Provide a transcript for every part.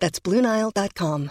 That's BlueNile.com.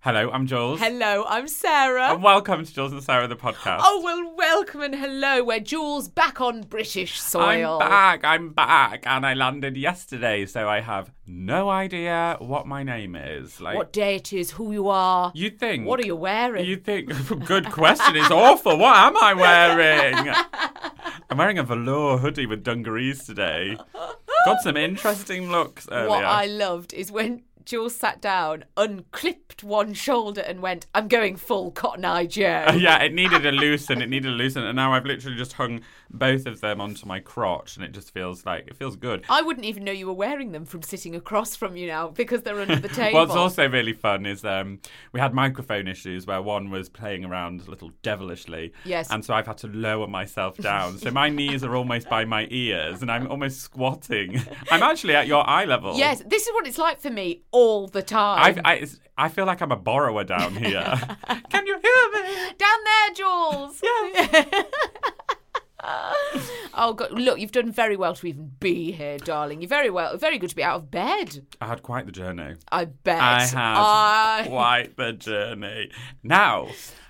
Hello, I'm Jules. Hello, I'm Sarah. And welcome to Jules and Sarah, the podcast. Oh, well, welcome and hello. We're Jules back on British soil. I'm back, I'm back. And I landed yesterday, so I have no idea what my name is. Like, What day it is, who you are. you think? What are you wearing? You think? Good question. It's awful. What am I wearing? I'm wearing a velour hoodie with dungarees today. Got some interesting looks earlier. what I loved is when Jules sat down, unclipped one shoulder, and went, I'm going full Cotton Eye Joe. yeah, it needed a loosen. It needed a loosen, and now I've literally just hung both of them onto my crotch, and it just feels like it feels good. I wouldn't even know you were wearing them from sitting across from you now because they're under the table. What's also really fun is um, we had microphone issues where one was playing around a little devilishly. Yes. And so I've had to lower myself down. so my knees are almost by my ears and I'm almost squatting. I'm actually at your eye level. Yes, this is what it's like for me all the time. I, I, it's- I feel like I'm a borrower down here. Can you hear me? Down there, Jules. oh God! Look, you've done very well to even be here, darling. You're very well, very good to be out of bed. I had quite the journey. I bet. I have I- quite the journey. Now,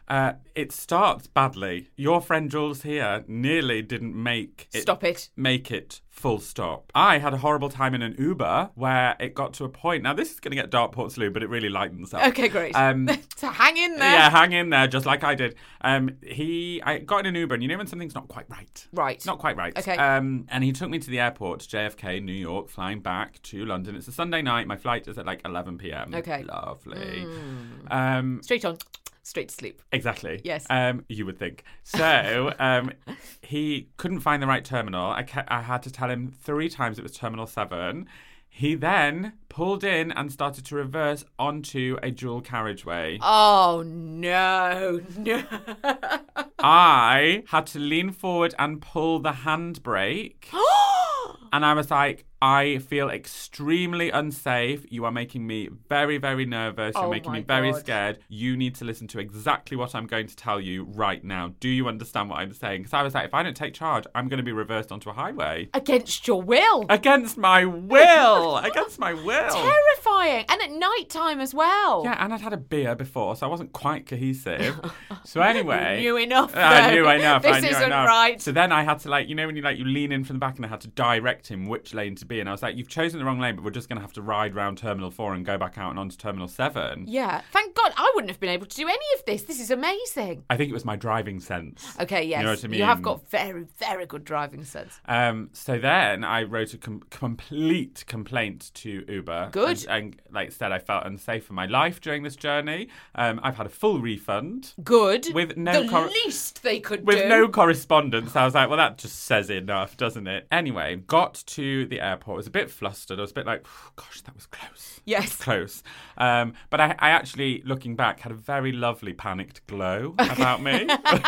uh, it starts badly. Your friend Jules here nearly didn't make it. Stop it. Make it full stop. I had a horrible time in an Uber where it got to a point. Now, this is going to get dark, Portslade, but it really lightens up. Okay, great. Um, so hang in there. yeah, hang in there, just like I did. Um, he, I got in an Uber, and you know when something's not quite right. Right. Not quite right. Okay. Um, and he took me to the airport, JFK, New York, flying back to London. It's a Sunday night. My flight is at like 11 p.m. Okay. Lovely. Um, Straight on, straight to sleep. Exactly. Yes. Um, you would think. So um, he couldn't find the right terminal. I, ca- I had to tell him three times it was Terminal 7. He then pulled in and started to reverse onto a dual carriageway. Oh no, no. I had to lean forward and pull the handbrake. and I was like, I feel extremely unsafe. You are making me very, very nervous. You're Oh making me my very God. scared. You need to listen to exactly what I'm going to tell you right now. Do you understand what I'm saying? Because I was like, if I don't take charge, I'm going to be reversed onto a highway. Against your will. Against my will! Against my will! Terrifying, and at night time as well. Yeah, and I'd had a beer before, so I wasn't quite cohesive. so anyway, You knew enough, I though. knew enough. I This knew isn't enough. right. So then I had to like, you know, when you like you lean in from the back, and I had to direct him which lane to be, and I was like, you've chosen the wrong lane, but we're just going to have to ride round Terminal Four and go back out and onto Terminal Seven. Yeah. Thank God I wouldn't have been able to do any of this. This is amazing. I think it was my driving sense. Okay, yes. You know what I mean? have got very, very good driving sense. Um, so then I wrote a com- complete complaint to Uber. Good. And, and like said, I felt unsafe for my life during this journey. Um, I've had a full refund. Good. With no The cor- least they could with do. no correspondence. I was like, well, that just says enough, doesn't it? Anyway, got to the airport. I was a bit flustered. I was a bit like, gosh, that was close. Yes. Close. Um, but I, I actually, looking back, had a very lovely panicked glow about me. God,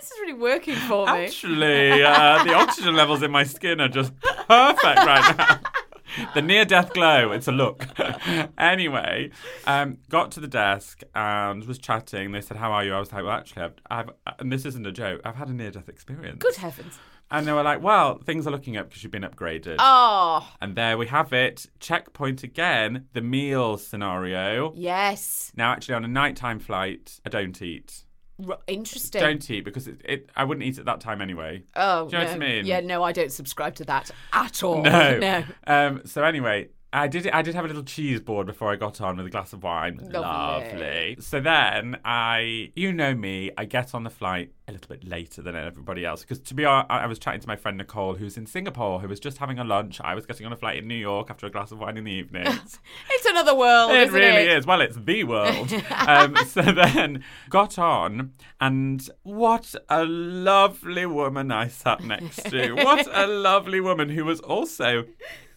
this is really working for me. actually, uh, the oxygen levels in my skin are just perfect right now. the near death glow. It's a look. anyway, um, got to the desk and was chatting. They said, "How are you?" I was like, "Well, actually, I've, I've and this isn't a joke. I've had a near death experience." Good heavens. And they were like, "Well, things are looking up because you've been upgraded." Oh, And there we have it. Checkpoint again. The meal scenario. yes. Now, actually, on a nighttime flight, I don't eat. R- interesting. Don't eat because it, it, I wouldn't eat at that time anyway. oh, Do you know what I no. mean? Yeah, no, I don't subscribe to that at all. No. No. Um, so anyway, I did. I did have a little cheese board before I got on with a glass of wine. Lovely. So then I, you know me, I get on the flight a little bit later than everybody else because to be honest, I I was chatting to my friend Nicole, who's in Singapore, who was just having a lunch. I was getting on a flight in New York after a glass of wine in the evening. It's another world. It isn't really it? is. Well, it's the world. um, so then got on, and what a lovely woman I sat next to. what a lovely woman who was also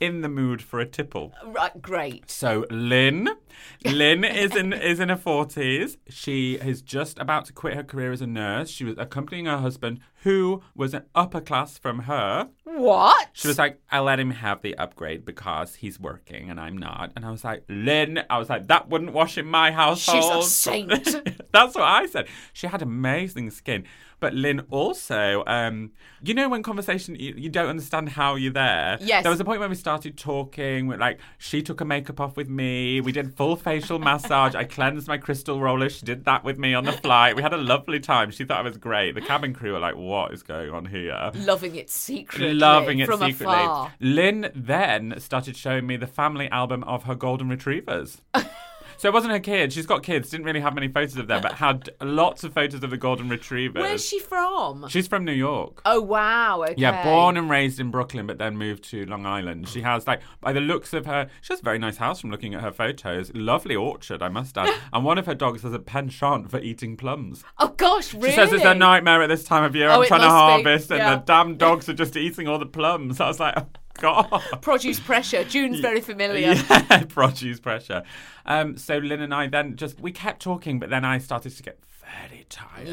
in the mood for a tipple. Right, great. So Lynn, Lynn is in is in her forties. She is just about to quit her career as a nurse. She was accompanying her husband, who was an upper class from her. What? She was like, I let him have the upgrade because he's working and I'm not. And I was like, Lynn, I was like, that wouldn't wash in my household. She's a saint. That's what I said. She had amazing skin. But Lynn also, um, you know, when conversation, you, you don't understand how you're there. Yes. There was a point when we started talking, where, like, she took her makeup off with me. We did full facial massage. I cleansed my crystal roller. She did that with me on the flight. We had a lovely time. She thought I was great. The cabin crew were like, what is going on here? Loving it secretly. Loving it from secretly. Afar. Lynn then started showing me the family album of her golden retrievers. so it wasn't her kids. She's got kids. Didn't really have many photos of them, but had lots of photos of the golden retrievers. Where's she from? She's from New York. oh wow. Okay. Yeah, born and raised in Brooklyn, but then moved to Long Island. She has, like, by the looks of her, she has a very nice house from looking at her photos. Lovely orchard, I must add. and one of her dogs has a penchant for eating plums. Oh gosh, really? She says it's a nightmare at this time of year. Oh, I'm it trying to must be. harvest, and Yeah. the damn dogs are just eating all the plums. I was like, oh, God. Produce pressure. June's very familiar. Yeah, produce pressure. Um, so Lynn and I then just we kept talking, but then I started to get very tired,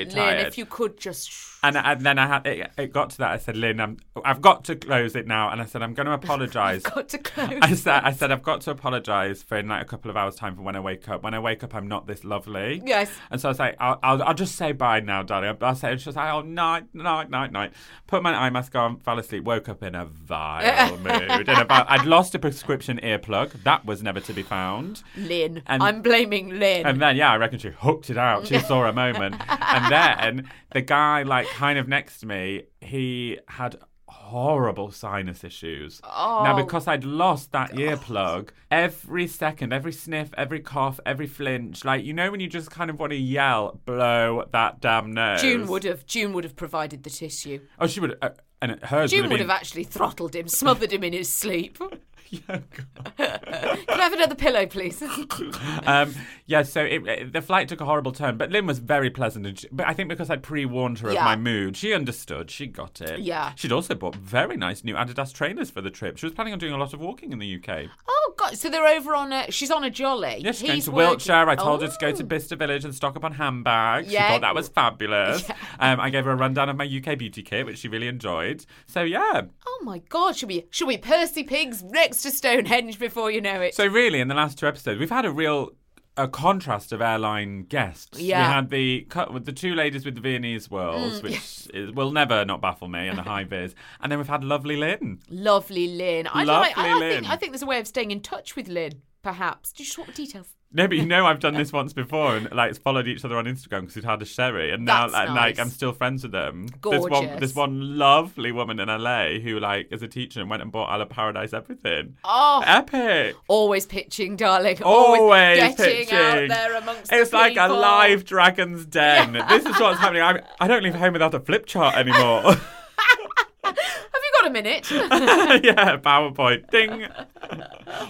very Lynn, tired. if you could just. sh- and, and then I had it, it got to that. I said, Lynn, I'm, I've got to close it now, and I said I'm going to apologise. Got to close. I said, I said, I've got to apologise for in like a couple of hours' time for when I wake up. When I wake up, I'm not this lovely. Yes. And so I was like, I'll, I'll, I'll just say bye now, darling. I'll say, and she was like, oh, night, night, night, night. Put my eye mask on, fell asleep, woke up in a vile mood. In a vile, I'd lost a prescription earplug. That was never to be found. Lynn. And- I'm blaming Lynn. And then, yeah, I reckon she hooked it out. She saw a moment. And then the guy, like, kind of next to me, he had horrible sinus issues. Now, Oh. because I'd lost that earplug, every second, every sniff, every cough, every flinch, like, you know, when you just kind of want to yell, blow that damn nose. June would have. June would have provided the tissue. Oh, she would. Uh, and hers June would would have have been. actually throttled him, smothered him in his sleep. Can Yeah, God. I have another pillow, please? Oh, um, yeah, so it, it- the flight took a horrible turn, but Lynn was very pleasant. And she, but I think because I'd pre warned her Yeah. of my mood, she understood. She got it. Yeah. She'd also bought very nice new Adidas trainers for the trip. She was planning on doing a lot of walking in the UK. oh God! So they're over on. A, she's on a jolly. Yes, she's going He's to working- Wiltshire. I told her to go to Oh. Bicester Village and stock up on handbags. Yeah. She thought that was fabulous. Um, I gave her a rundown of my UK beauty kit, which she really enjoyed. So, yeah. Oh my God! Should we? Should we? Percy Pigs next to Stonehenge before you know it. So really, in the last two episodes, we've had a real a contrast of airline guests. Yeah. Mm, we had the cut with the two ladies with the Viennese whirls, which is, will never not baffle me, and the high vis, and then we've had lovely Lynn. Lovely Lynn. I, like, I, Lovely I Lynn. think I think there's a way of staying in touch with Lynn, perhaps. Do you just want details? No, but you know I've done this once before, and like followed each other on Instagram because we'd had a sherry, and now That's like, like, nice. I'm still friends with them. This one, Gorgeous. this one lovely woman in LA who like is a teacher and went and bought Ala Paradise everything. Oh. epic! Always pitching, darling. always, getting pitching. out there amongst it's the like a people. live dragon's den this is what's happening I'm, i don't leave home without a flip chart anymore Have you got a minute? yeah powerpoint ding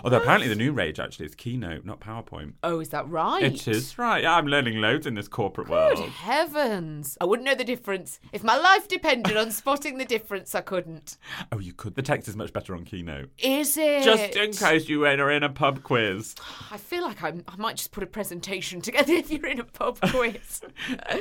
although apparently the new rage actually is keynote not powerpoint oh, is that right? it is right yeah i'm learning loads in this corporate Good world heavens. I wouldn't know the difference. If my life depended on spotting the difference, I couldn't. oh you could the text is much better on keynote Is it? just in case you are in a pub quiz I feel like I'm, I might just put a presentation together if you're in a pub quiz.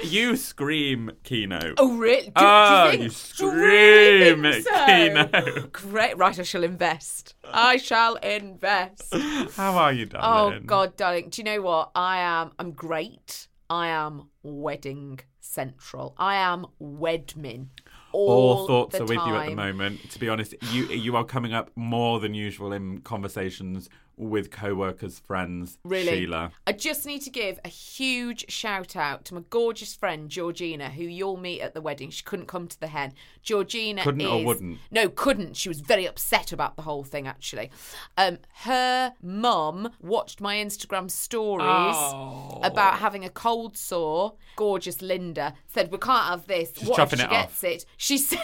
you scream keynote oh, really? Do, Oh, do you, think, you do you really scream think at so? I know. Great. Right, I shall invest. I shall invest. How are you, Oh darling? God, darling. Do you know what? I am I'm great. I am wedding central. I am wedmin. All, All thoughts the are with you at the time. moment. To be honest, you you are coming up more than usual in conversations with co-workers, friends, Really? Sheila. I just need to give a huge shout out to my gorgeous friend Georgina, who you'll meet at the wedding. She couldn't come to the hen. Georgina Couldn't or is- wouldn't? No, couldn't. She was very upset about the whole thing. Actually, um, her mum watched my Instagram stories Oh. about having a cold sore. Gorgeous Linda said, "We can't have this. She's what if chopping she it off. gets it?" She said.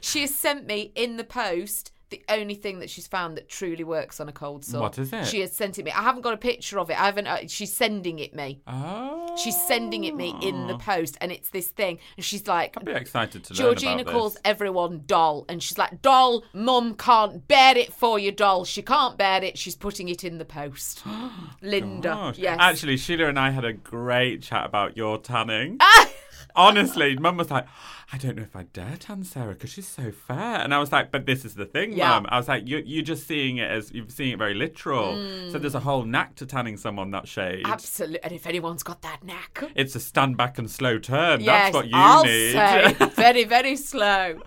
she has sent me in the post the only thing that she's found that truly works on a cold sore. What is it? She has sent it me. I haven't got a picture of it. I haven't. Uh, she's sending it me. Oh, She's sending it me in the post, and it's this thing. And she's like, I'd be excited to learn Georgina about calls this. everyone doll, and she's like, doll, mum can't bear it for you, doll. She can't bear it. She's putting it in the post. Linda, Gosh. yes. Oh, Actually, Sheila and I had a great chat about your tanning. Ah. Honestly, Mum was like, I don't know if I dare tan Sarah because she's so fair. And I was like, but this is the thing, Yeah. Mum. I was like, you're, you're just seeing it as, you're seeing it very literal. Hmm. So there's a whole knack to tanning someone that shade. absolutely. And if anyone's got that knack, It's a stand back and slow turn. yes, That's what you I'll need. say very, very slow.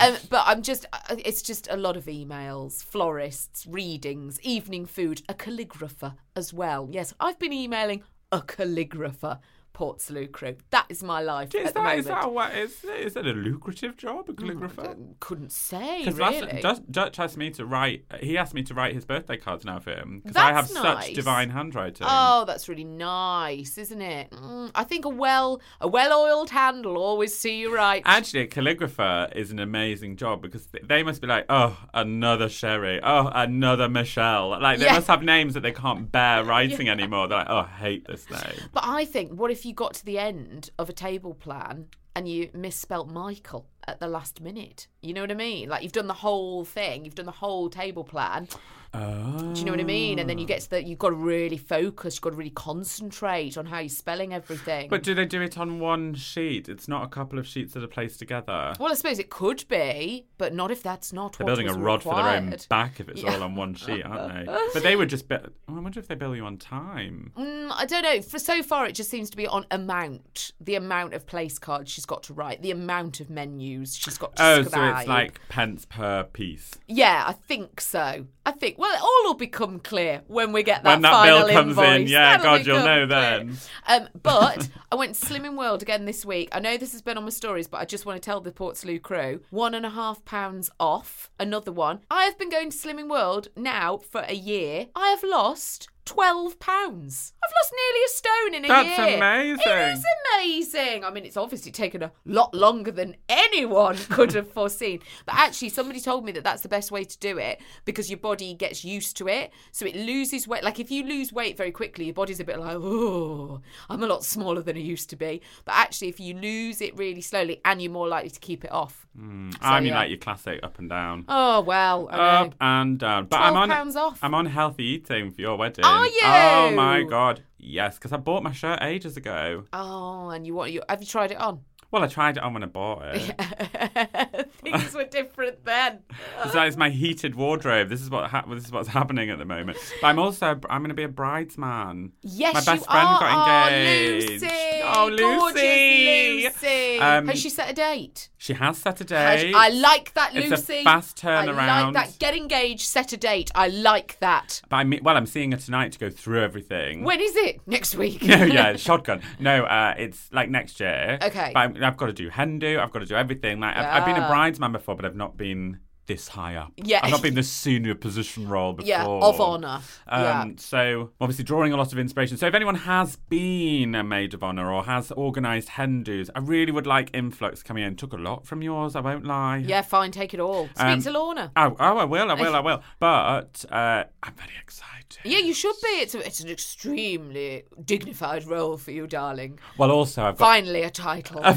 Um, but I'm just, uh, it's just a lot of emails, florists, readings, evening food, a calligrapher as well. Yes, I've been emailing a calligrapher. Portslade crew. That is my life. is, at the that, is, moment. that what, is, is it a lucrative job, a calligrapher? couldn't say Because really. Dutch asked me to write, he asked me to write his birthday cards now for him. Because I have That's such nice. divine handwriting. Oh, that's really nice, isn't it? Mm, I think a well a well-oiled hand will always see you right. Actually, a calligrapher is an amazing job because th- they must be like, oh, another Sherry, oh, another Michelle. Like, they Yeah. must have names that they can't bear writing anymore. They're like, oh, I hate this name. but I think what if you got to the end of a table plan and you misspelt Michael at the last minute? You know what I mean? Like you've done the whole thing, you've done the whole table plan. Oh. Do you know what I mean? And then you get to the you've got to really focus, you've got to really concentrate on how you're spelling everything. But do they do it on one sheet? It's not a couple of sheets that are placed together. well, I suppose it could be, but not if that's not They're what building a was rod for their own required. back if it's Yeah. all on one sheet, aren't they? But they would just. Be- oh, I wonder if they bill you on time. Mm, I don't know. For so far, it just seems to be on amount, the amount of place cards she's got to write, the amount of menus she's got to. Oh, so scribe. it's like pence per piece. Yeah, I think so. I think. Well, it all will become clear when we get that When that final bill comes in, invoice. yeah, That'll God, you'll become know clear. then. Um, but I went to Slimming World again this week. I know this has been on my stories, but I just want to tell the Portslade crew one and a half pounds off. Another one. I have been going to Slimming World now for a year. I have lost. Twelve pounds. I've lost nearly a stone in a That's year. It amazing. is amazing. I mean, it's obviously taken a lot longer than anyone could have foreseen. But actually, somebody told me that that's the best way to do it because your body gets used to it. So it loses weight. Like, if you lose weight very quickly, your body's a bit like, oh, I'm a lot smaller than I used to be. But actually, if you lose it really slowly and you're more likely to keep it off. Mm. I mean, yeah. like your classic up and down. Oh, well. I know. up and down. But I'm on £12 off. I'm on healthy eating for your wedding. Are Oh you? my god, yes, because I bought my shirt ages ago. Oh, and you want you have you tried it on? Well, I tried it on when I bought it. Things were different then. so it's my heated wardrobe. This is what ha- this is what's happening at the moment. But I'm also I'm going to be a bridesman. Yes, my best you friend are. got Oh, engaged. Lucy. Oh, Lucy! Gorgeous Lucy. Um, Has she set a date? She has set a Has- date. I like that, It's a Lucy. fast I like turnaround. that. Get engaged, set a date. I like that. But I mean, well, I'm seeing her tonight to go through everything. When is it? Next week. No, yeah, it's shotgun. No, uh, it's like next year. Okay. But I'm, I've got to do Hindu. I've got to do everything. Like I've, I've been a Yeah. bridesman before, but I've not been this high up. Yeah. I've not been this senior position role before. Yeah, of honour. Um, Yeah. So obviously drawing a lot of inspiration. So if anyone has been a maid of honour or has organised Hindus, I really would like influx coming in. Took a lot from yours. I won't lie. yeah, fine. Take it all. Speak Um, to Lorna. Oh, oh, I will. I will. I will. But uh, I'm very excited. yeah, you should be. It's, a, it's an extremely dignified role for you, darling. Well, also I've got Finally, a title.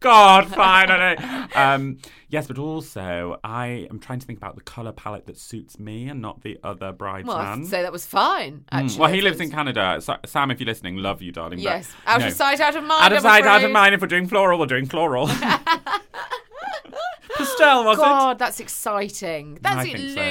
God, finally. um, yes, but also I am trying to think about the color palette that suits me and not the other well, I bridesman. would say that was fine. Actually, Hmm. well, he It lives was- in Canada. Sa- Sam, if you're listening, love you, darling. but Yes, out no. of sight, out of mind. Out of I'm sight, out of afraid. mind. If we're doing floral, we're doing floral. Estelle, was it? God, that's exciting. That's I it, think so.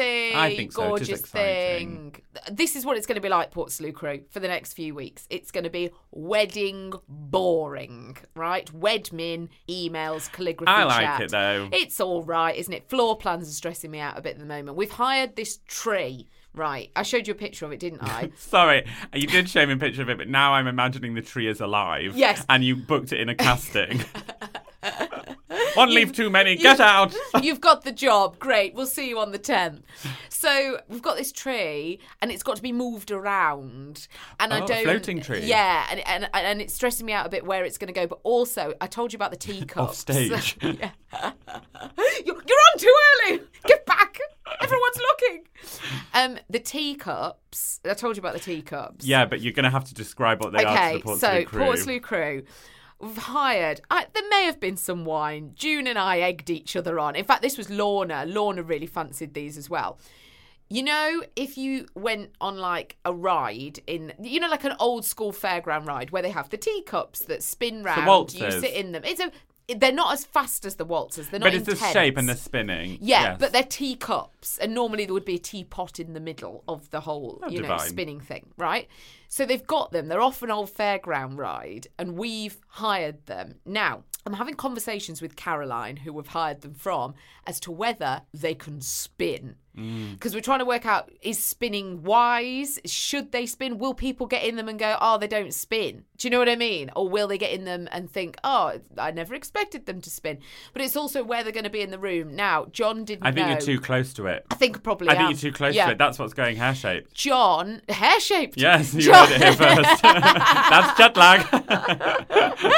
Lucy. I think so. It is Gorgeous exciting. thing. This is what it's going to be like, Portslade Crew, for the next few weeks. It's going to be wedding boring, right? Wed men, emails, calligraphy. I like chat. it, though. It's all right, isn't it? Floor plans are stressing me out a bit at the moment. We've hired this tree, right? I showed you a picture of it, didn't I? Sorry, you did show me a picture of it, but now I'm imagining the tree is alive. Yes. And you booked it in a casting. One leaf too many. Get you- out. You've got the job. Great. We'll see you on the 10th. So we've got this tree and it's got to be moved around. And Oh, I a don't. floating tree. Yeah. And, and, and it's stressing me out a bit where it's going to go. But also, I told you about the teacups. Off stage. Yeah. you're, you're on too early. Get back. Everyone's looking. Um, the teacups. I told you about the teacups Yeah, but you're going to have to describe what they are to okay, the Portslade so crew. Portslade crew. We've hired. I, there may have been some wine. June and I egged each other on. In fact, this was Lorna. Lorna really fancied these as well. You know, if you went on like a ride in, you know, like an old school fairground ride where they have the teacups that spin round, you waltzers. sit in them. It's a. They're not as fast as the waltzers. They're not. But it's the intense. shape and the spinning. Yeah, Yes. but they're teacups, and normally there would be a teapot in the middle of the whole, you know, Oh, divine. spinning thing, right? So they've got them. They're off an old fairground ride, and we've hired them. Now, I'm having conversations with Caroline, who we've hired them from, as to whether they can spin. Mm. Because we're trying to work out is spinning wise? Should they spin? Will people get in them and go, oh, they don't spin? Do you know what I mean? Or will they get in them and think, oh, I never expected them to spin? But it's also where they're going to be in the room. Now, John didn't I think know. you're too close to it. I think probably. I think am. you're too close Yeah. to it. That's what's going hair shaped. John, hair shaped. Yes, you John, heard it here first. That's jet lag.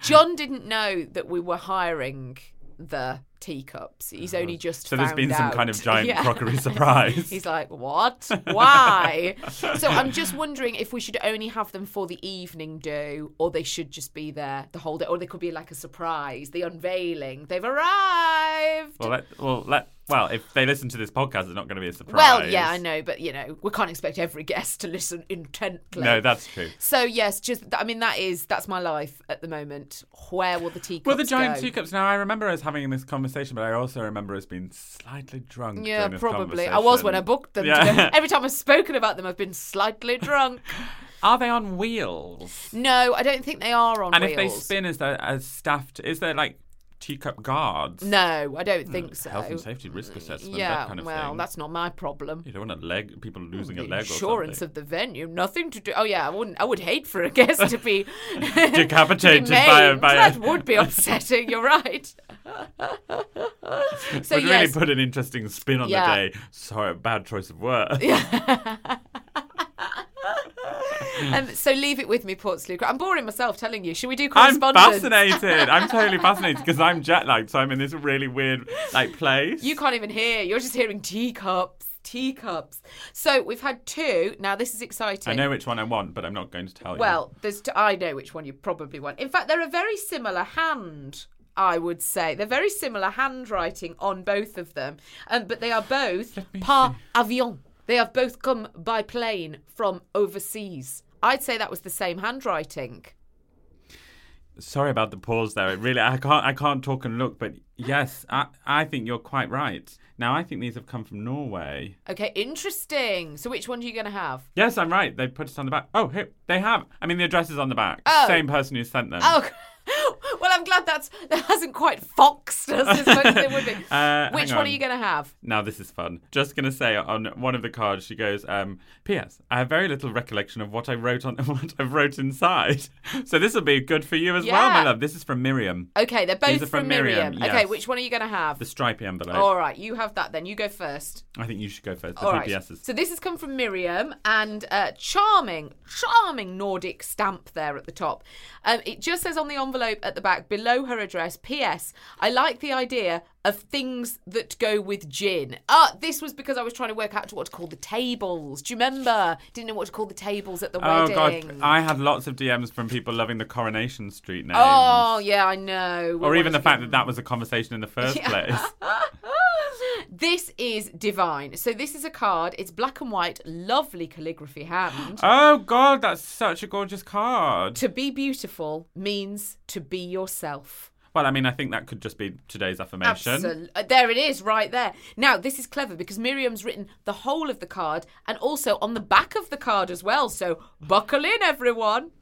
John didn't know that we were hiring the teacups. He's only just Uh, So there's found been some out. kind of giant Yeah. crockery surprise. He's like, what? Why? so I'm just wondering if we should only have them for the evening do, or they should just be there the whole day, or they could be like a surprise, the unveiling. They've arrived. well, let, well, let, well, if they listen to this podcast, it's not going to be a surprise. Well, yeah, I know, but you know, we can't expect every guest to listen intently. No, that's true. So yes, just I mean that is that's my life at the moment. Where will the teacups Well, the giant go? teacups. Now, I remember us having this conversation, but I also remember us being slightly drunk. Yeah, during this probably. I was when I conversation. booked them. Yeah. today. Every time I've spoken about them, I've been slightly drunk. Are they on wheels? No, I don't think they are on and wheels. if they spin, is there as staffed? Is there like teacup guards? No, I don't think so. Mm, Health and safety risk assessment, yeah, that kind of well, thing. that's not my problem. You don't want a leg, people losing a The leg or insurance something. of the venue, nothing to do. Oh yeah, I wouldn't. I would hate for a guest to be Decapitated to be by a- maimed. by a- That would be upsetting. You're right. so Would yes, really put an interesting spin on Yeah. the day. Sorry, bad choice of word. um, so leave it with me, Portslade. Crew. I'm boring myself telling you. Should we do I'm correspondence? fascinated. I'm totally fascinated because I'm jet lagged, so I'm in this really weird like place. You can't even hear. You're just hearing teacups, teacups. So we've had two. Now this is exciting. I know which one I want, but I'm not going to tell you. Well, there's. T- I know which one you probably want. In fact, they're a very similar hand. I would say they're very similar handwriting on both of them, um, but they are both par avion. They have both come by plane from overseas. I'd say that was the same handwriting. Sorry about the pause there. It really, I can't, I can't talk and look. But yes, I, I think you're quite right. Now, I think these have come from Norway. Okay, interesting. So which one are you going to have? Yes, I'm right. They put it on the back. Oh, here they have. I mean, the address is on the back. Oh. Same person who sent them. Oh, well, I'm glad that's that hasn't quite foxed us as much as it would be. Uh, Which hang one on. are you going to have? Now this is fun. Just gonna say on one of the cards, she goes, um, "P.S. I have very little recollection of what I wrote on what I wrote inside. So this will be good for you as well, my Yeah. love. This is from Miriam, Okay, they're both These are from, from Miriam, Okay, yes. which one are you going to have? the stripy envelope. All right, you have that then. You go first. I think you should go first. The All right. PPSs. So this has come from Miriam and uh, charming, charming Nordic stamp there at the top. Um, it just says on the envelope at the back below her address, P.S. I like the idea of things that go with gin. Ah, this was because I was trying to work out what to call the tables. Do you remember? Didn't know what to call the tables at the Oh wedding. god, I had lots of DMs from people loving the Coronation Street name. Oh yeah, I know. We or even wanted the to fact go- that that was a conversation in the first place. this is divine. So this is a card. It's black and white, lovely calligraphy hand. Oh god, that's such a gorgeous card. to be beautiful means to be yourself. Well, I mean, I think that could just be today's affirmation. Absolutely. There it is, right there. Now, this is clever because Miriam's written the whole of the card and also on the back of the card as well. So buckle in, everyone.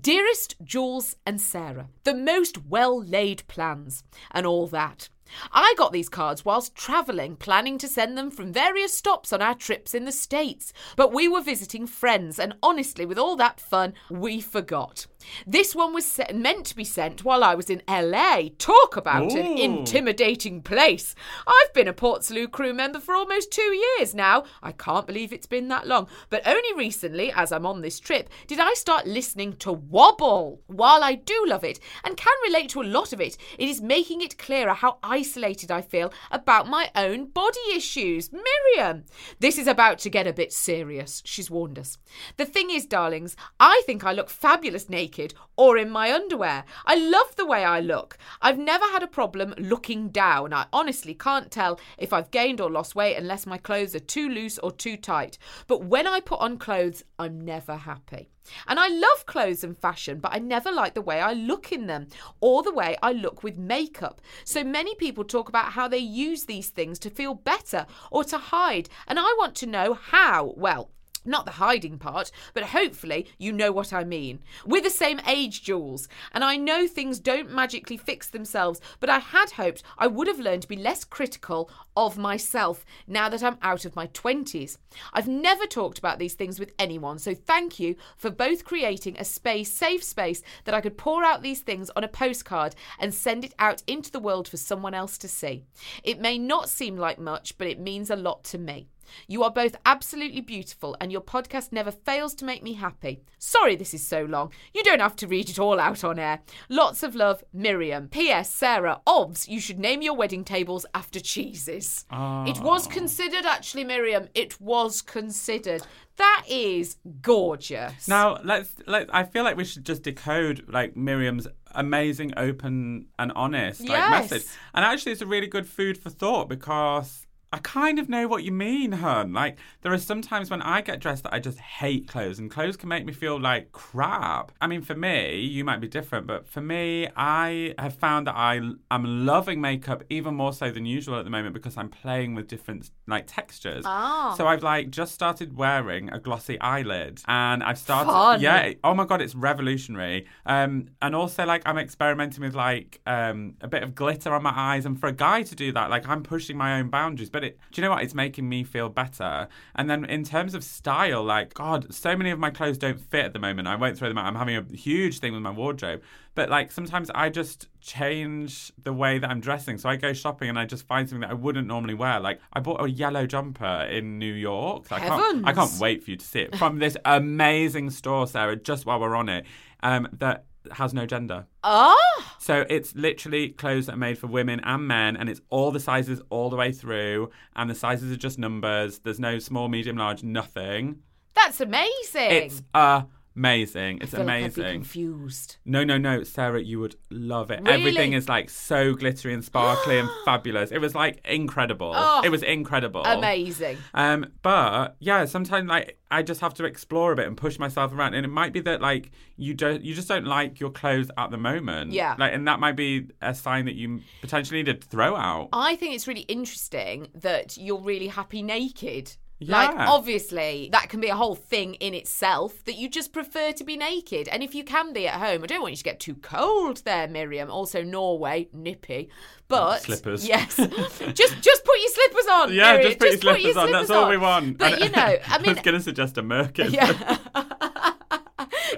Dearest Jules and Sarah, the most well laid plans and all that. I got these cards whilst travelling, planning to send them from various stops on our trips in the States. But we were visiting friends, and honestly, with all that fun, we forgot. This one was se- meant to be sent while I was in LA. Talk about an Ooh. intimidating place. I've been a Portslade crew member for almost two years now. I can't believe it's been that long. But only recently, as I'm on this trip, did I start listening to Wobble. While I do love it and can relate to a lot of it, it is making it clearer how isolated I feel about my own body issues. Miriam, this is about to get a bit serious. She's warned us. The thing is, darlings, I think I look fabulous naked or in my underwear. I love the way I look. I've never had a problem looking down. I honestly can't tell if I've gained or lost weight unless my clothes are too loose or too tight. But when I put on clothes, I'm never happy. And I love clothes and fashion, but I never like the way I look in them or the way I look with makeup. So many people talk about how they use these things to feel better or to hide. And I want to know how. Well, not the hiding part, but hopefully you know what I mean. We're the same age, Jules, and I know things don't magically fix themselves, but I had hoped I would have learned to be less critical of myself now that I'm out of my 20s. I've never talked about these things with anyone, so thank you for both creating a space, safe space, that I could pour out these things on a postcard and send it out into the world for someone else to see. It may not seem like much, but it means a lot to me. You are both absolutely beautiful, and your podcast never fails to make me happy. Sorry this is so long. You don't have to read it all out on air. Lots of love, Miriam. P.S. Sarah, obs, you should name your wedding tables after cheeses. It Ah. was considered, actually, Miriam. It was considered. That is gorgeous. Now let's let. I feel like we should just decode like Miriam's amazing, open, and honest Yes. like message. And actually, it's a really good food for thought because I kind of know what you mean, hun. Like there are some times when I get dressed that I just hate clothes, and clothes can make me feel like crap. I mean, for me, you might be different, but for me, I have found that I am loving makeup even more so than usual at the moment because I'm playing with different like textures. Ah. So I've like just started wearing a glossy eyelid, and I've started Fun. yeah. Oh my god, it's revolutionary. Um, and also like I'm experimenting with like um a bit of glitter on my eyes, and for a guy to do that, like I'm pushing my own boundaries. But it, do you know what? It's making me feel better. And then in terms of style, like God, so many of my clothes don't fit at the moment. I won't throw them out. I'm having a huge thing with my wardrobe. But like sometimes I just change the way that I'm dressing. So I go shopping and I just find something that I wouldn't normally wear. Like I bought a yellow jumper in New York. I can't, I Heavens. can't wait for you to see it from this amazing store, Sarah. Just while we're on it, um, that has no gender. Ah, So it's literally clothes that are made for women and men, and it's all the sizes all the way through, and the sizes are just numbers. There's no small, medium, large, nothing. that's amazing. It's amazing. It's I feel like I'd be amazing. confused. No, no, no, Sarah, you would love it. Really? Everything is like so glittery and sparkly and fabulous. It was like incredible. Oh, it was incredible. Amazing. Um, but yeah, sometimes like I just have to explore a bit and push myself around, and it might be that like you don't, you just don't like your clothes at the moment. Yeah. like, and that might be a sign that you potentially need to throw out. I think it's really interesting that you're really happy naked. Like, Yeah. obviously, that can be a whole thing in itself that you just prefer to be naked. And if you can be at home, I don't want you to get too cold there, Miriam. Also, Norway, nippy. But Slippers. Yes. just just put your slippers on. yeah, Miriam. just put your slippers on. That's all we want. But And- you know, I mean, was gonna suggest a merkin. yeah.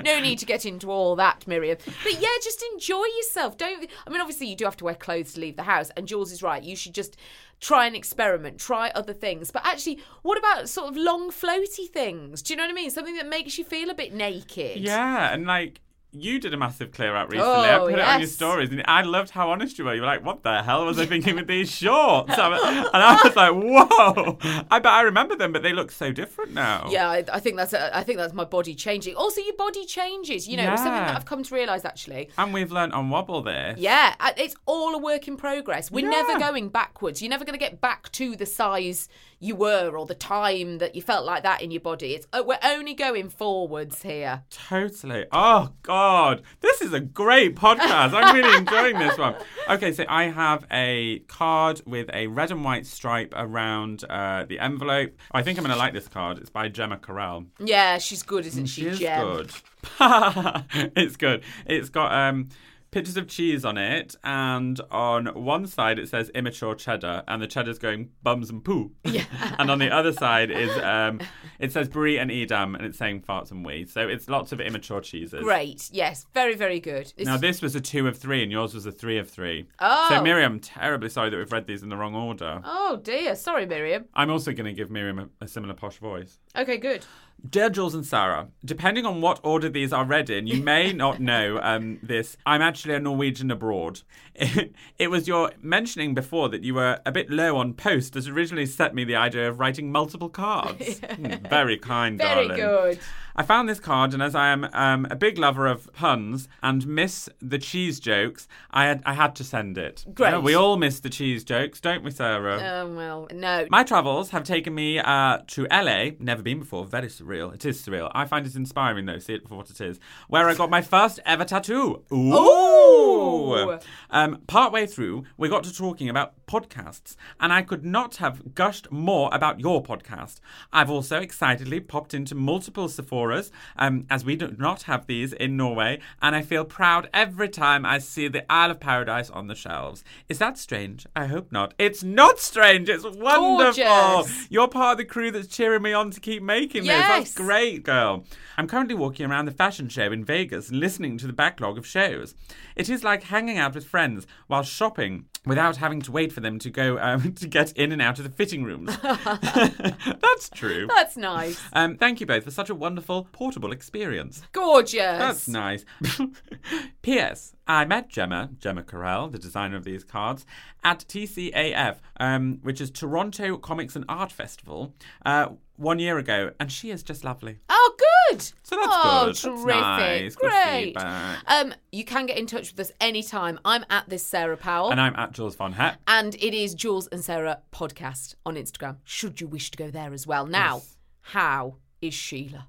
no need to get into all that, Miriam. But yeah, just enjoy yourself. Don't. I mean, obviously, you do have to wear clothes to leave the house. And Jules is right. You should just try and experiment, try other things. But actually, what about sort of long, floaty things? Do you know what I mean? Something that makes you feel a bit naked. Yeah, and like you did a massive clear out recently. I Oh, put it on your yes. stories, and I loved how honest you were. You were like, "What the hell was I thinking with these shorts?" I was- and I was like, "Whoa!" I bet I remember them, but they look so different now. Yeah, I, I think that's a, I think that's my body changing. Also, your body changes. You know, it's something Yeah. that I've come to realise actually. And we've learnt on Wobble this. Yeah, uh, it's all a work in progress. We're Yeah. never going backwards. You're never going to get back to the size you were or the time that you felt like that in your body. It's uh, we're only going forwards here. Totally. Oh God, God. This is a great podcast. I'm really enjoying this one. Okay, so I have a card with a red and white stripe around uh, the envelope. I think I'm going to like this card. It's by Gemma Corral. Yeah, she's good, isn't she, She is Gem? Mm, good. it's good. It's got um, pictures of cheese on it, and on one side it says immature cheddar, and the cheddar's going bums and poo. Yeah. and on the other side is um, it says brie and edam, and it's saying farts and wee. So it's lots of immature cheeses. Great. Yes, very, very good. It's- Now this was a two of three, and yours was a three of three. Oh. So Miriam, I'm terribly sorry that we've read these in the wrong order. oh dear. Sorry, Miriam. I'm also going to give Miriam a, a similar posh voice. Okay, good. Dear Jules and Sarah, depending on what order these are read in, you may not know um, this. I'm actually a Norwegian abroad. it was your mentioning before that you were a bit low on post that originally set me the idea of writing multiple cards. Hmm, Very kind, Very darling. good. I found this card, and as I am um, a big lover of puns and miss the cheese jokes, I had, I had to send it. Great. Yeah, we all miss the cheese jokes, don't we, Sarah? Um, well, no. My travels have taken me uh, to LA. Never been before. Very surreal. It is surreal. I find it inspiring, though. See it for what it is. Where I got my first ever tattoo. Ooh. Ooh. Um, partway through, we got to talking about podcasts, and I could not have gushed more about your podcast. I've also excitedly popped into multiple Sephora's, um, as we do not have these in Norway, and I feel proud every time I see the Isle of Paradise on the shelves. Is that strange? I hope not. It's not strange. It's wonderful. Gorgeous. You're part of the crew that's cheering me on to keep making this. Yes. That's great great girl. I'm currently walking around the fashion show in Vegas and listening to the backlog of shows. It is like hanging out with friends while shopping without having to wait for them to go um, to get in and out of the fitting rooms. That's true. That's nice. Um, thank you both for such a wonderful portable experience. Gorgeous. That's nice. P.S. I met Gemma, Gemma Corral, the designer of these cards, at TCAF, um, which is Toronto Comics and Art Festival, uh, one year ago, and she is just lovely. Oh, good. So that's oh, good. That's terrific. nice. Good Great. feedback. um, you can get in touch with us anytime. I'm at this Sarah Powell. And I'm at Jules Von Hepp. and it is Jules and Sarah podcast on Instagram. Should you wish to go there as well. Now, how is Sheila?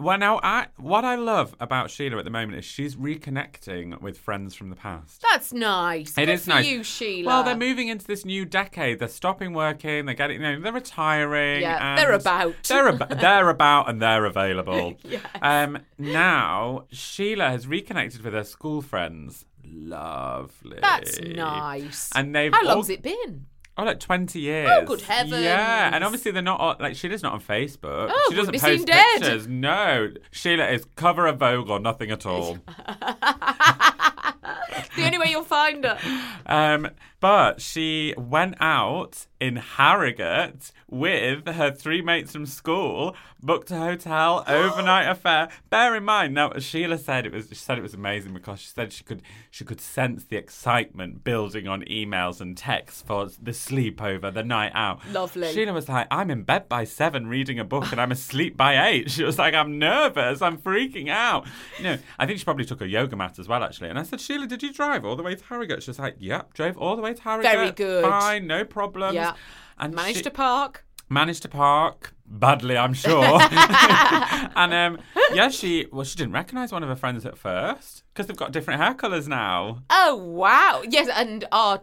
Well, now, I, what I love about Sheila at the moment is she's reconnecting with friends from the past. That's nice. It Good is for nice. you, Sheila. Well, they're moving into this new decade. They're stopping working. They're getting, you know, they're retiring. Yeah, and they're about. They're, ab- they're about and they're available. Um, now, Sheila has reconnected with her school friends. Lovely. That's nice. And they've How all- long's it been? Oh, like 20 years. Oh, good heavens. Yeah, and obviously they're not, on- like, Sheila's not on Facebook. Oh, she doesn't wouldn't be post seen dead. pictures. No. Sheila is cover of Vogue or nothing at all. the only way you'll find her. Um, but she went out in Harrogate with her three mates from school, booked a hotel, overnight affair. Bear in mind, now Sheila said it was she said it was amazing because she said she could she could sense the excitement building on emails and texts for the sleepover, the night out. Lovely. Sheila was like, I'm in bed by seven reading a book and I'm asleep by eight. She was like, I'm nervous, I'm freaking out. You know, I think she probably took a yoga mat as well, actually. And I said, Sheila, did you drive all the way to Harrogate? She was like, Yep, drove all the way to Harrogate. good. Fine, no problems. Yeah. And Managed she- to park. managed to park badly, I'm sure. and um, yeah, she well, she didn't recognise one of her friends at first because they've got different hair colours now. Oh wow! Yes, and are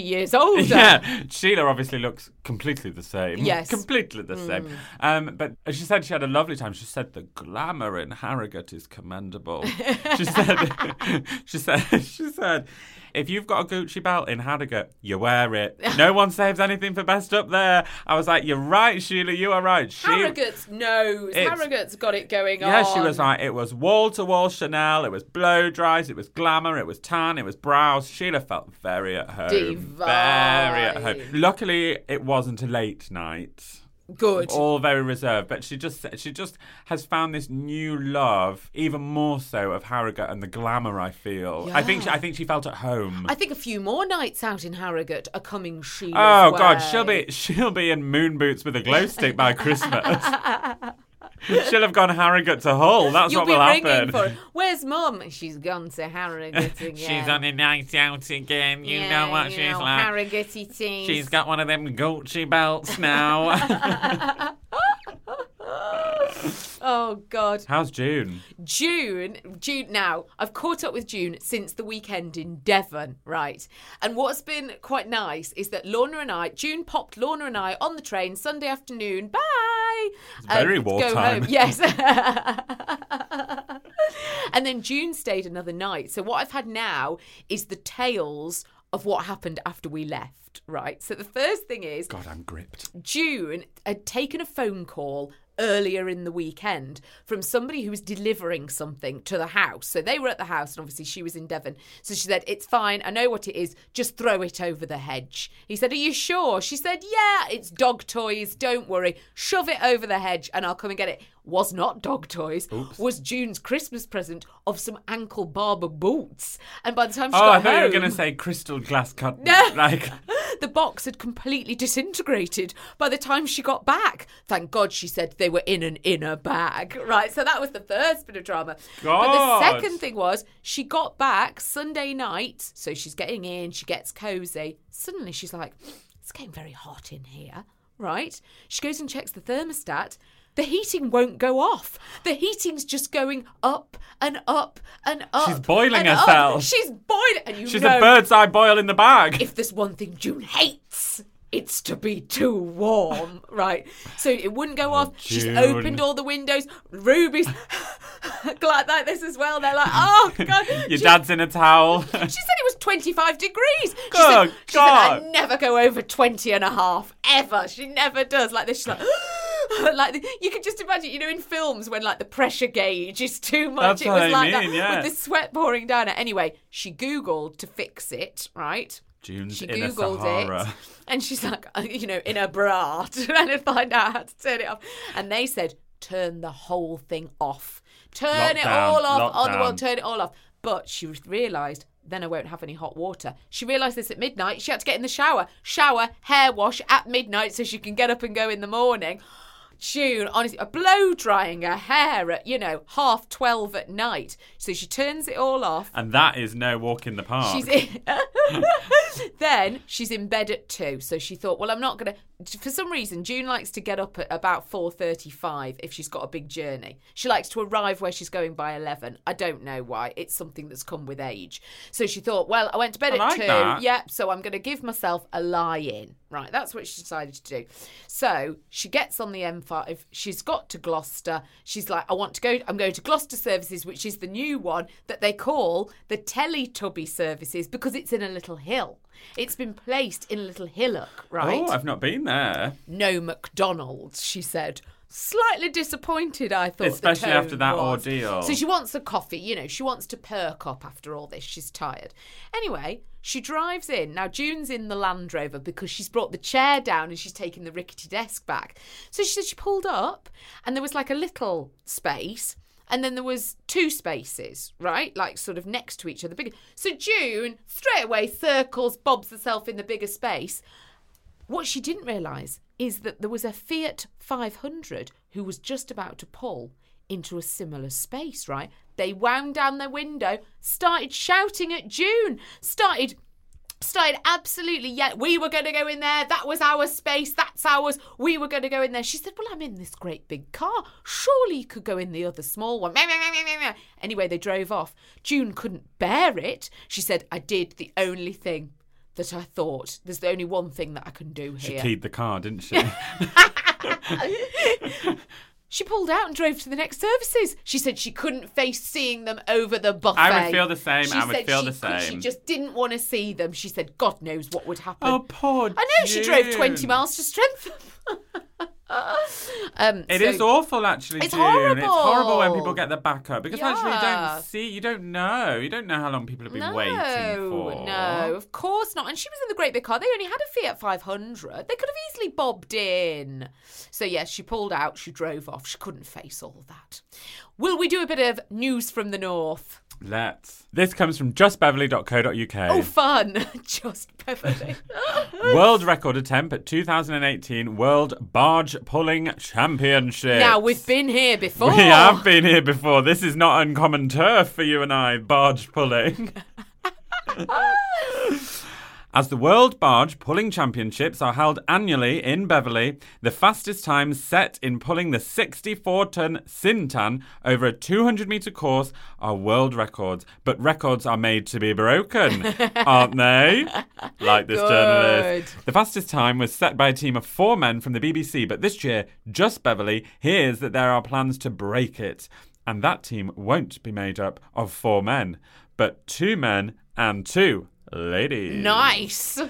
years older. Yeah, Sheila obviously looks completely the same. Yes. Mm. completely the same. Um, but she said she had a lovely time. She said the glamour in Harrogate is commendable. she said, she said, she said, if you've got a Gucci belt in Harrogate, you wear it. No one saves anything for best up there. I was like, you're right, Sheila. You are right. She- Harrogate's knows. It's- Harrogate's got it going on. Yeah, she was like, it was wall to wall Chanel, it was blow dries, it was glamour, it was tan, it was brows. Sheila felt very at home. Very at home. Divine. Luckily, it wasn't a late night. good. All very reserved, but she just she just has found this new love, even more so of Harrogate and the glamour. I feel. I think she, I think she felt at home. I think a few more nights out in Harrogate are coming. She. oh God, she'll be she'll be in moon boots with a glow stick by Christmas. she'll have gone Harrogate to Hull. That's You'll what be will ringing happen. for. her. Where's Mum? She's gone to Harrogate again. She's on a night out again. You Yeah, know what you she's know, like. Harrogate teens. She's got one of them Gucci belts now. Oh God. How's June? June, June now, I've caught up with June since the weekend in Devon, right? And what's been quite nice is that Lorna and I, June popped Lorna and I on the train Sunday afternoon. Bye. very Um, Go wartime. home. Yes. and then June stayed another night. So what I've had now is the tales of what happened after we left, right? So the first thing is God, I'm gripped. June had taken a phone call earlier in the weekend from somebody who was delivering something to the house. So they were at the house, and obviously she was in Devon. So she said, It's fine. I know what it is. Just throw it over the hedge. He said, Are you sure? She said, Yeah, it's dog toys. Don't worry. Shove it over the hedge, and I'll come and get it. Was not dog toys, was June's Christmas present of some ankle barber boots. And by the time she Oh, got I thought you were home- going to say crystal glass cut. No. like, the box had completely disintegrated by the time she got back. Thank God she said they were in an inner bag. Right, so that was the first bit of drama. God. But the second thing was she got back Sunday night, so she's getting in, she gets cozy. Suddenly she's like, it's getting very hot in here, right? She goes and checks the thermostat. The heating won't go off. The heating's just going up and up and up. boiling and up. herself. She's boiling. And you she's know a bird's eye boil in the bag. if there's one thing June hates, it's to be too warm, right? So it wouldn't go off. She's Oh, June. opened all the windows. Ruby's like like this as well. They're like, oh god. Your She- dad's in a towel. She said it was 25 degrees. She Good said, she said, I God. never go over 20 and a half, ever. She never does. Like this, she's like, like the, you can just imagine, you know, in films when like the pressure gauge is too much. That's it what was I like mean, that yeah. with the sweat pouring down her. Anyway, she Googled to fix it, right? June's she in a googled it Sahara. and she's like uh, you know in a bra trying to find out how to turn it off and they said turn the whole thing off turn it Lockdown, all off on the lockdown. world turn it all off but she realized then I won't have any hot water. She realised this at midnight. She had to get in the shower, shower, hair wash at midnight so she can get up and go in the morning. June, honestly, a blow drying her hair at, you know, half 12 at night. So she turns it all off. and that is no walk in the park. She's in then she's in bed at two, so she thought, well, I'm not gonna for some reason June likes to get up at about 4:35 if she's got a big journey. She likes to arrive where she's going by 11. I don't know why. It's something that's come with age. So she thought, well, I went to bed I at like 2. that. Yep, so I'm going to give myself a lie in. Right, that's what she decided to do. So she gets on the M5. She's got to Gloucester. She's like, I want to go. I'm going to Gloucester Services, which is the new one that they call the Teletubby Services because it's in a little hill. It's been placed in a little hillock, right? Oh, I've not been there. no McDonald's, she said. Slightly disappointed, I thought. the Especially after tone that was. ordeal. So she wants a coffee, you know, she wants to perk up after all this. She's tired. Anyway, she drives in. Now, June's in the Land Rover because she's brought the chair down and she's taking the rickety desk back. So she said she pulled up and there was like a little space. And then there was two spaces, right? Like sort of next to each other. Big. So June straight away circles, bobs herself in the bigger space. What she didn't realise is that there was a Fiat 500 who was just about to pull into a similar space, right? They wound down their window, started shouting at June, started. Started absolutely, yeah. We were going to go in there. That was our space. That's ours. We were going to go in there. She said, Well, I'm in this great big car. Surely you could go in the other small one. Meow, meow, meow, meow, meow, meow. Anyway, they drove off. June couldn't bear it. She said, I did the only thing that I thought there's the only one thing that I can do She here. keyed the car, didn't she? She pulled out and drove to the next services. She said she couldn't face seeing them over the buffet. I would feel the same. She I would said feel she the could- She same. just didn't want to see them. She said, God knows what would happen. Oh, poor I know she drove 20 June. miles to strengthen. um, It so- is awful, actually. It's June. It's horrible when horrible. people get their back up because actually you Yeah. don't see, you don't know, you don't know how long people have been no, waiting for. No, of course not. And she was in the great big car. They only had a Fiat 500. They could have easily bobbed in. So, yes, she pulled out, she drove off. She couldn't face all that. Will we do a bit of news from the north? Let's. This comes from justbeverly.co.uk. Oh, fun. Just Beverly. World record attempt at 2018 World Barge Pulling Championship. now, we've been here before. We have been here before. This is not uncommon turf for you and I, barge pulling. As the World Barge Pulling Championships are held annually in Beverley, the fastest time set in pulling the 64 ton Sintan over a 200 metre course are world records. But records are made to be broken, aren't they? Like this journalist. The fastest time was set by a team of four men from the BBC, but this year, Just Beverley hears that there are plans to break it. And that team won't be made up of four men, but two men and two ladies. Nice.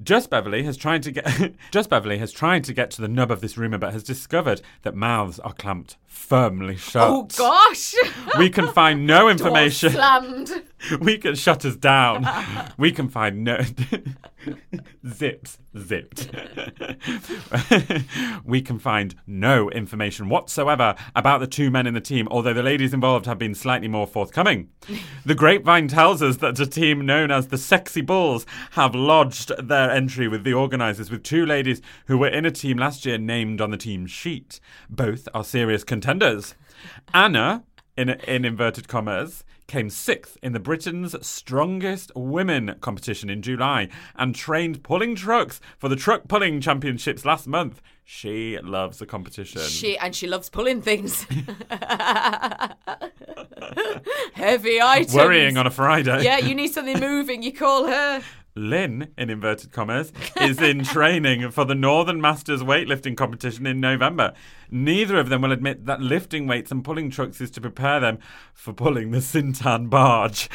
Just Beverly has tried to get Just Beverly has tried to get to the nub of this rumor but has discovered that mouths are clamped firmly shut. Oh, gosh. We can find no information. Slammed. We can shut us down. we can find no zips zipped. we can find no information whatsoever about the two men in the team, although the ladies involved have been slightly more forthcoming. The grapevine tells us that a team known as the Sexy Bulls have lodged their entry with the organisers with two ladies who were in a team last year named on the team sheet. Both are serious contenders. Anna in, in inverted commas, came sixth in the Britain's Strongest Women competition in July and trained pulling trucks for the Truck Pulling Championships last month. She loves the competition. She and she loves pulling things. Heavy items. Worrying on a Friday. Yeah, you need something moving. You call her. Lynn, in inverted commas, is in training for the Northern Masters weightlifting competition in November. Neither of them will admit that lifting weights and pulling trucks is to prepare them for pulling the Sintan barge,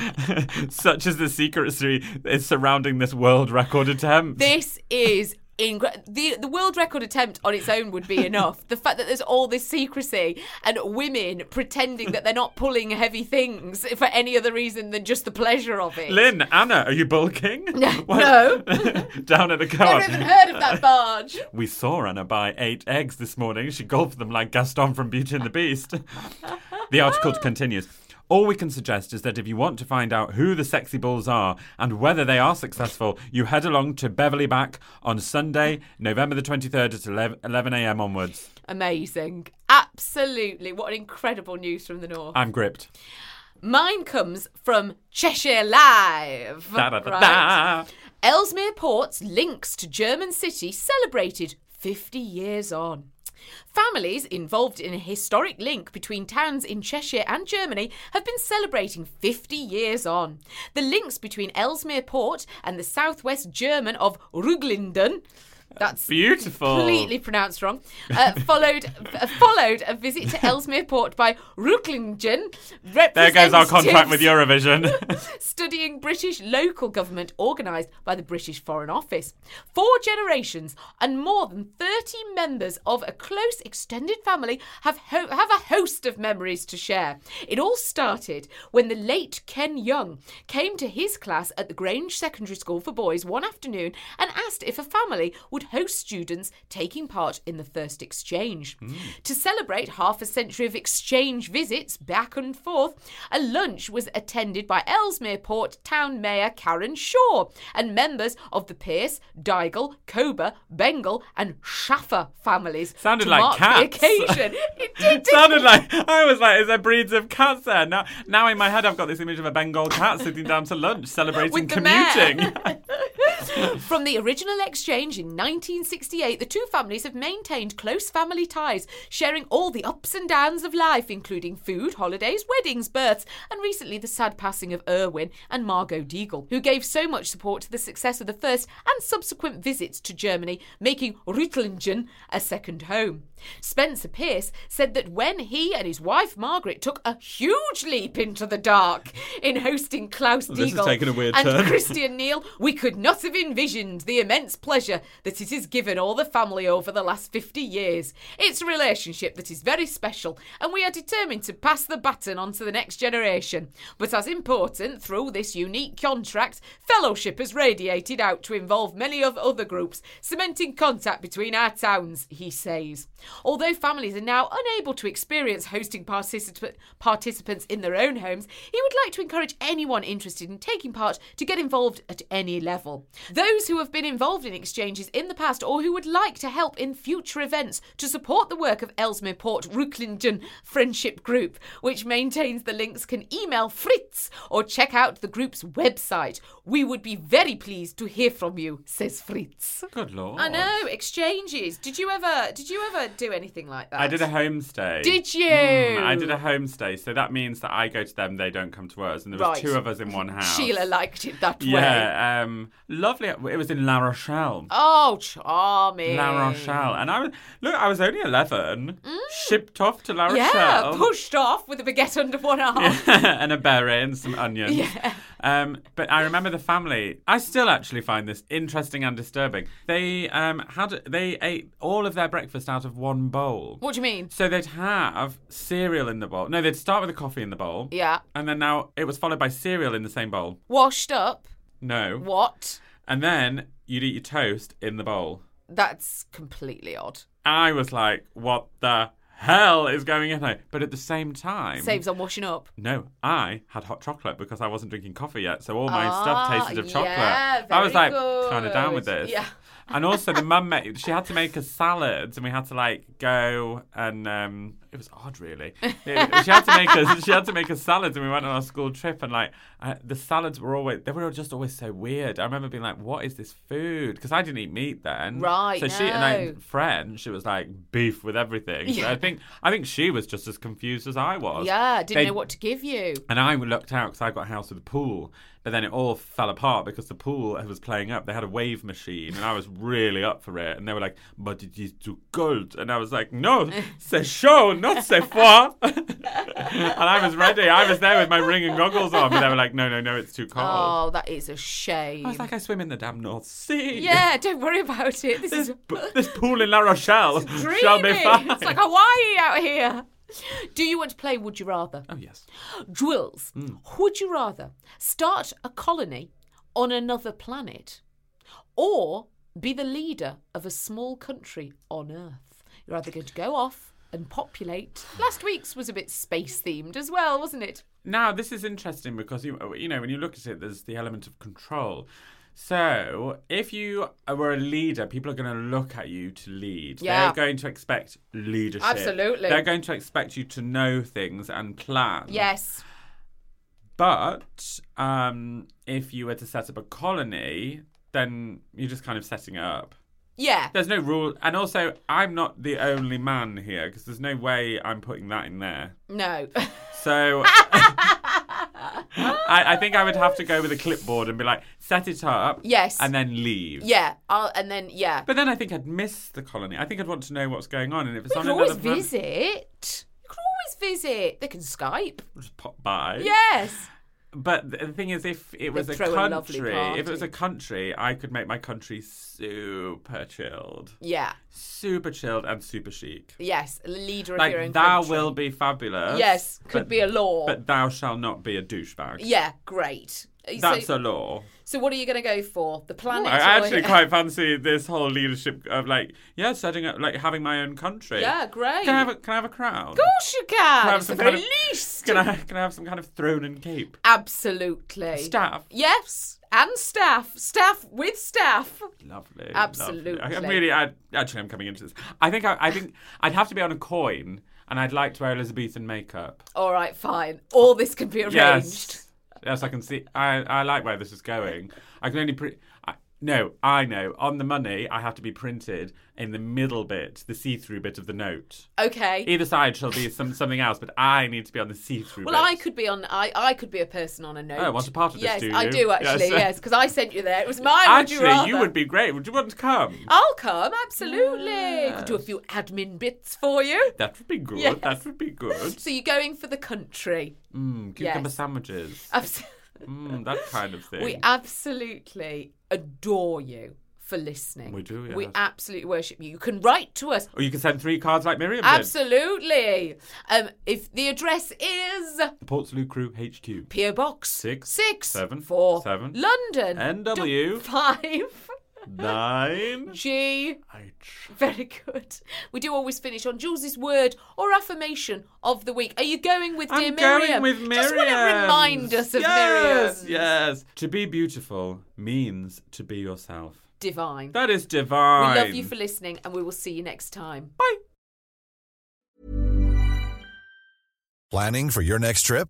such as the secrecy is surrounding this world record attempt. This is incredible. The, the world record attempt on its own would be enough. the fact that there's all this secrecy and women pretending that they're not pulling heavy things for any other reason than just the pleasure of it. Lynn, Anna, are you bulking? no. Down at the car. Never even heard of that barge. We saw Anna buy eight eggs this morning. She gulped them like Gaston from Beauty and the Beast. the article continues. All we can suggest is that if you want to find out who the sexy bulls are and whether they are successful, you head along to Beverly Back on Sunday, November the 23rd at 11 a.m. onwards. Amazing. Absolutely. What an incredible news from the north. I'm gripped. Mine comes from Cheshire Live. Da, da, da, Right. da. Ellesmere Port's links to German City celebrated 50 years on. Families involved in a historic link between towns in Cheshire and Germany have been celebrating 50 years on. The links between Ellesmere Port and the southwest German of Ruglingen. That's Beautiful. Completely pronounced wrong. Uh, followed uh, followed a visit to Ellesmere Port by Rucklingen. There goes our contract with Eurovision. Studying British local government organised by the British Foreign Office. Four generations and more than 30 members of a close extended family have, ho- have a host of memories to share. It all started when the late Ken Young came to his class at the Grange Secondary School for Boys one afternoon and asked if a family would host students taking part in the first exchange. Hmm. To celebrate half a century of exchange visits back and forth, a lunch was attended by Ellesmere Port Town Mayor Karen Shaw and members of the Pierce, Daigle, Cober, Bengal, and Shaffer families. Sounded to like mark cats. The occasion. it did. didn't Sounded it? like I was like, is there breeds of cats there? Now, now in my head, I've got this image of a Bengal cat sitting down to lunch, celebrating With the mayor. commuting. From the original exchange in 1968, the two families have maintained close family ties, sharing all the ups and downs of life, including food, holidays, weddings, births, and recently the sad passing of Irwin and Margot Deagle, who gave so much support to the success of the first and subsequent visits to Germany, making Ruttlingen a second home. Spencer Pierce said that when he and his wife Margaret took a huge leap into the dark in hosting Klaus Deagle Oh, This has taken a weird and turn. Christian Neal, we could not have envisioned the immense pleasure that it has given all the family over the last 50 years. It's a relationship that is very special, and we are determined to pass the baton on to the next generation. But as important, through this unique contract, fellowship has radiated out to involve many of other groups, cementing contact between our towns, he says. Although families are now unable to experience hosting participa- participants in their own homes, he would like to encourage anyone interested in taking part to get involved at any level. Those who have been involved in exchanges in the past or who would like to help in future events to support the work of Ellesmere Port Rooklingen Friendship Group, which maintains the links, can email Fritz or check out the group's website. We would be very pleased to hear from you, says Fritz. Good lord. I know exchanges. Did you ever? Did you ever do anything like that? I did a homestay. Did you? Mm, I did a homestay, so that means that I go to them, they don't come to us, and there was Right. two of us in one house. Sheila liked it that way. Yeah, um, lovely. It was in La Rochelle. Oh, charming. La Rochelle, and I was look. I was only eleven, shipped off to La Rochelle. Mm. Yeah, pushed off with a baguette under one arm. and a beret and some onions. Um, but I remember the family. I still actually find this interesting and disturbing. They um, had they ate all of their breakfast out of one bowl. What do you mean? So they'd have cereal in the bowl. No, they'd start with a coffee in the bowl. Yeah. And then now it was followed by cereal in the same bowl. Washed up. No. What? And then you'd eat your toast in the bowl. That's completely odd. I was like, what the hell is going on? here? But at the same time, Saves on washing up. No, I had hot chocolate because I wasn't drinking coffee yet, so all my Ah, stuff tasted of chocolate. yeah, I was very like kind of down with good. this. Yeah. And also the mum made she had to make us salads and we had to like go and um it was odd really. It- she had to make us she had to make us salads and we went on our school trip and like I, the salads were always they were just always so weird. I remember being like what is this food? Because I didn't eat meat then. Right, So she and I no. French she was like beef with everything. So I think I think she was just as confused as I was. Yeah, didn't They- know what to give you. and I lucked out because I got a house with a pool, but then it all fell apart because the pool was playing up. They had a wave machine, and I was really up for it. And they were like, "But it is too cold," and I was like, "No, c'est chaud, not c'est froid." and I was ready. I was there with my ring and goggles on, but they were like, "No, no, no, it's too cold." Oh, that is a shame. I was like, "I swim in the damn North Sea." yeah, don't worry about it. This This, is p- this pool in La Rochelle dreamy. shall be fine. It's like oh. Hawaii out here. Do you want to play Would You Rather? oh yes. Drills. Hmm. Would you rather start a colony on another planet or be the leader of a small country on Earth? You're either going to go off and populate. Last week's was a bit space themed as well, wasn't it? Now, this is interesting because you you know when you look at it, there's the element of control. So, if you were a leader, people are going to look at you to lead. Yeah. They're going to expect leadership. Absolutely. They're going to expect you to know things and plan. Yes. But um, if you were to set up a colony, then you're just kind of setting it up. Yeah. There's no rule, and also I'm not the only man here because there's no way I'm putting that in there. No. So I, I think I would have to go with a clipboard and be like, set it up, Yes. and then leave. yeah. I'll and then yeah. But then I think I'd miss the colony. I think I'd want to know what's going on, and if it's You on can another always planet, visit. You can always visit. They can Skype. just pop by. Yes. But the the thing is, if it was a throw a lovely country, if it was party. a country, I could make my country super chilled, Yeah. super chilled, and super chic. Yes. Leader of your own Like thou country. will be fabulous. Yes. Could but- be a law. But thou shall not be a douchebag. yeah. Great. Uh, So- That's a so, law. what are you going to go for? The planet? I or- actually quite fancy this whole leadership of like, yeah, setting up, like having my own country. Yeah. Great. Can I have a, can I have a crown? Of course you can. Can I have it's the some very kind of- least. Can I can I have some kind of throne and cape? Absolutely. Staff. Yes. And staff. Staff with staff. Lovely. Absolutely. lovely. I- I'm really. I, actually, I'm coming into this. I think. I, I think I'd have to be on a coin, and I'd like to wear Elizabethan makeup. All right, fine. All this can be arranged. Yes. Yes, I can see. I, I like where this is going. I can only. Pre- I, no, I know. On the money, I have to be printed in the middle bit, the see-through bit of the note. Okay. Either side shall be some something else, but I need to be on the see-through. well, bit. I could be on. I, I could be a person on a note. Oh, what's a part of this, Yes, do I you? do actually. Yes. Yes, because I sent you there. It was mine. would Actually, you, rather? you would be great. Would you want to come? I'll come. Absolutely. Could do a few admin bits for you. That would be good. Yes. That would be good. So you're going for the country? Mm, cucumber Yes. sandwiches. Abs- Mm, that kind of thing. We absolutely adore you for listening. We do, We yes. absolutely absolutely worship you. You can write to us. or you can send three cards like Miriam Absolutely. Um, if the address is did. Portslade Crew HQ. PO Box Six, six seven, four seven, London NW. d- five Nine. G. H. Very good. We do always finish on Jules's word or affirmation of the week. Are you going with dear I'm Miriam? going with Miriam. Just want to remind us of yes, Miriam. Yes. To be beautiful means to be yourself. Divine. That is divine. We love you for listening, and we will see you next time. Bye. Planning for your next trip?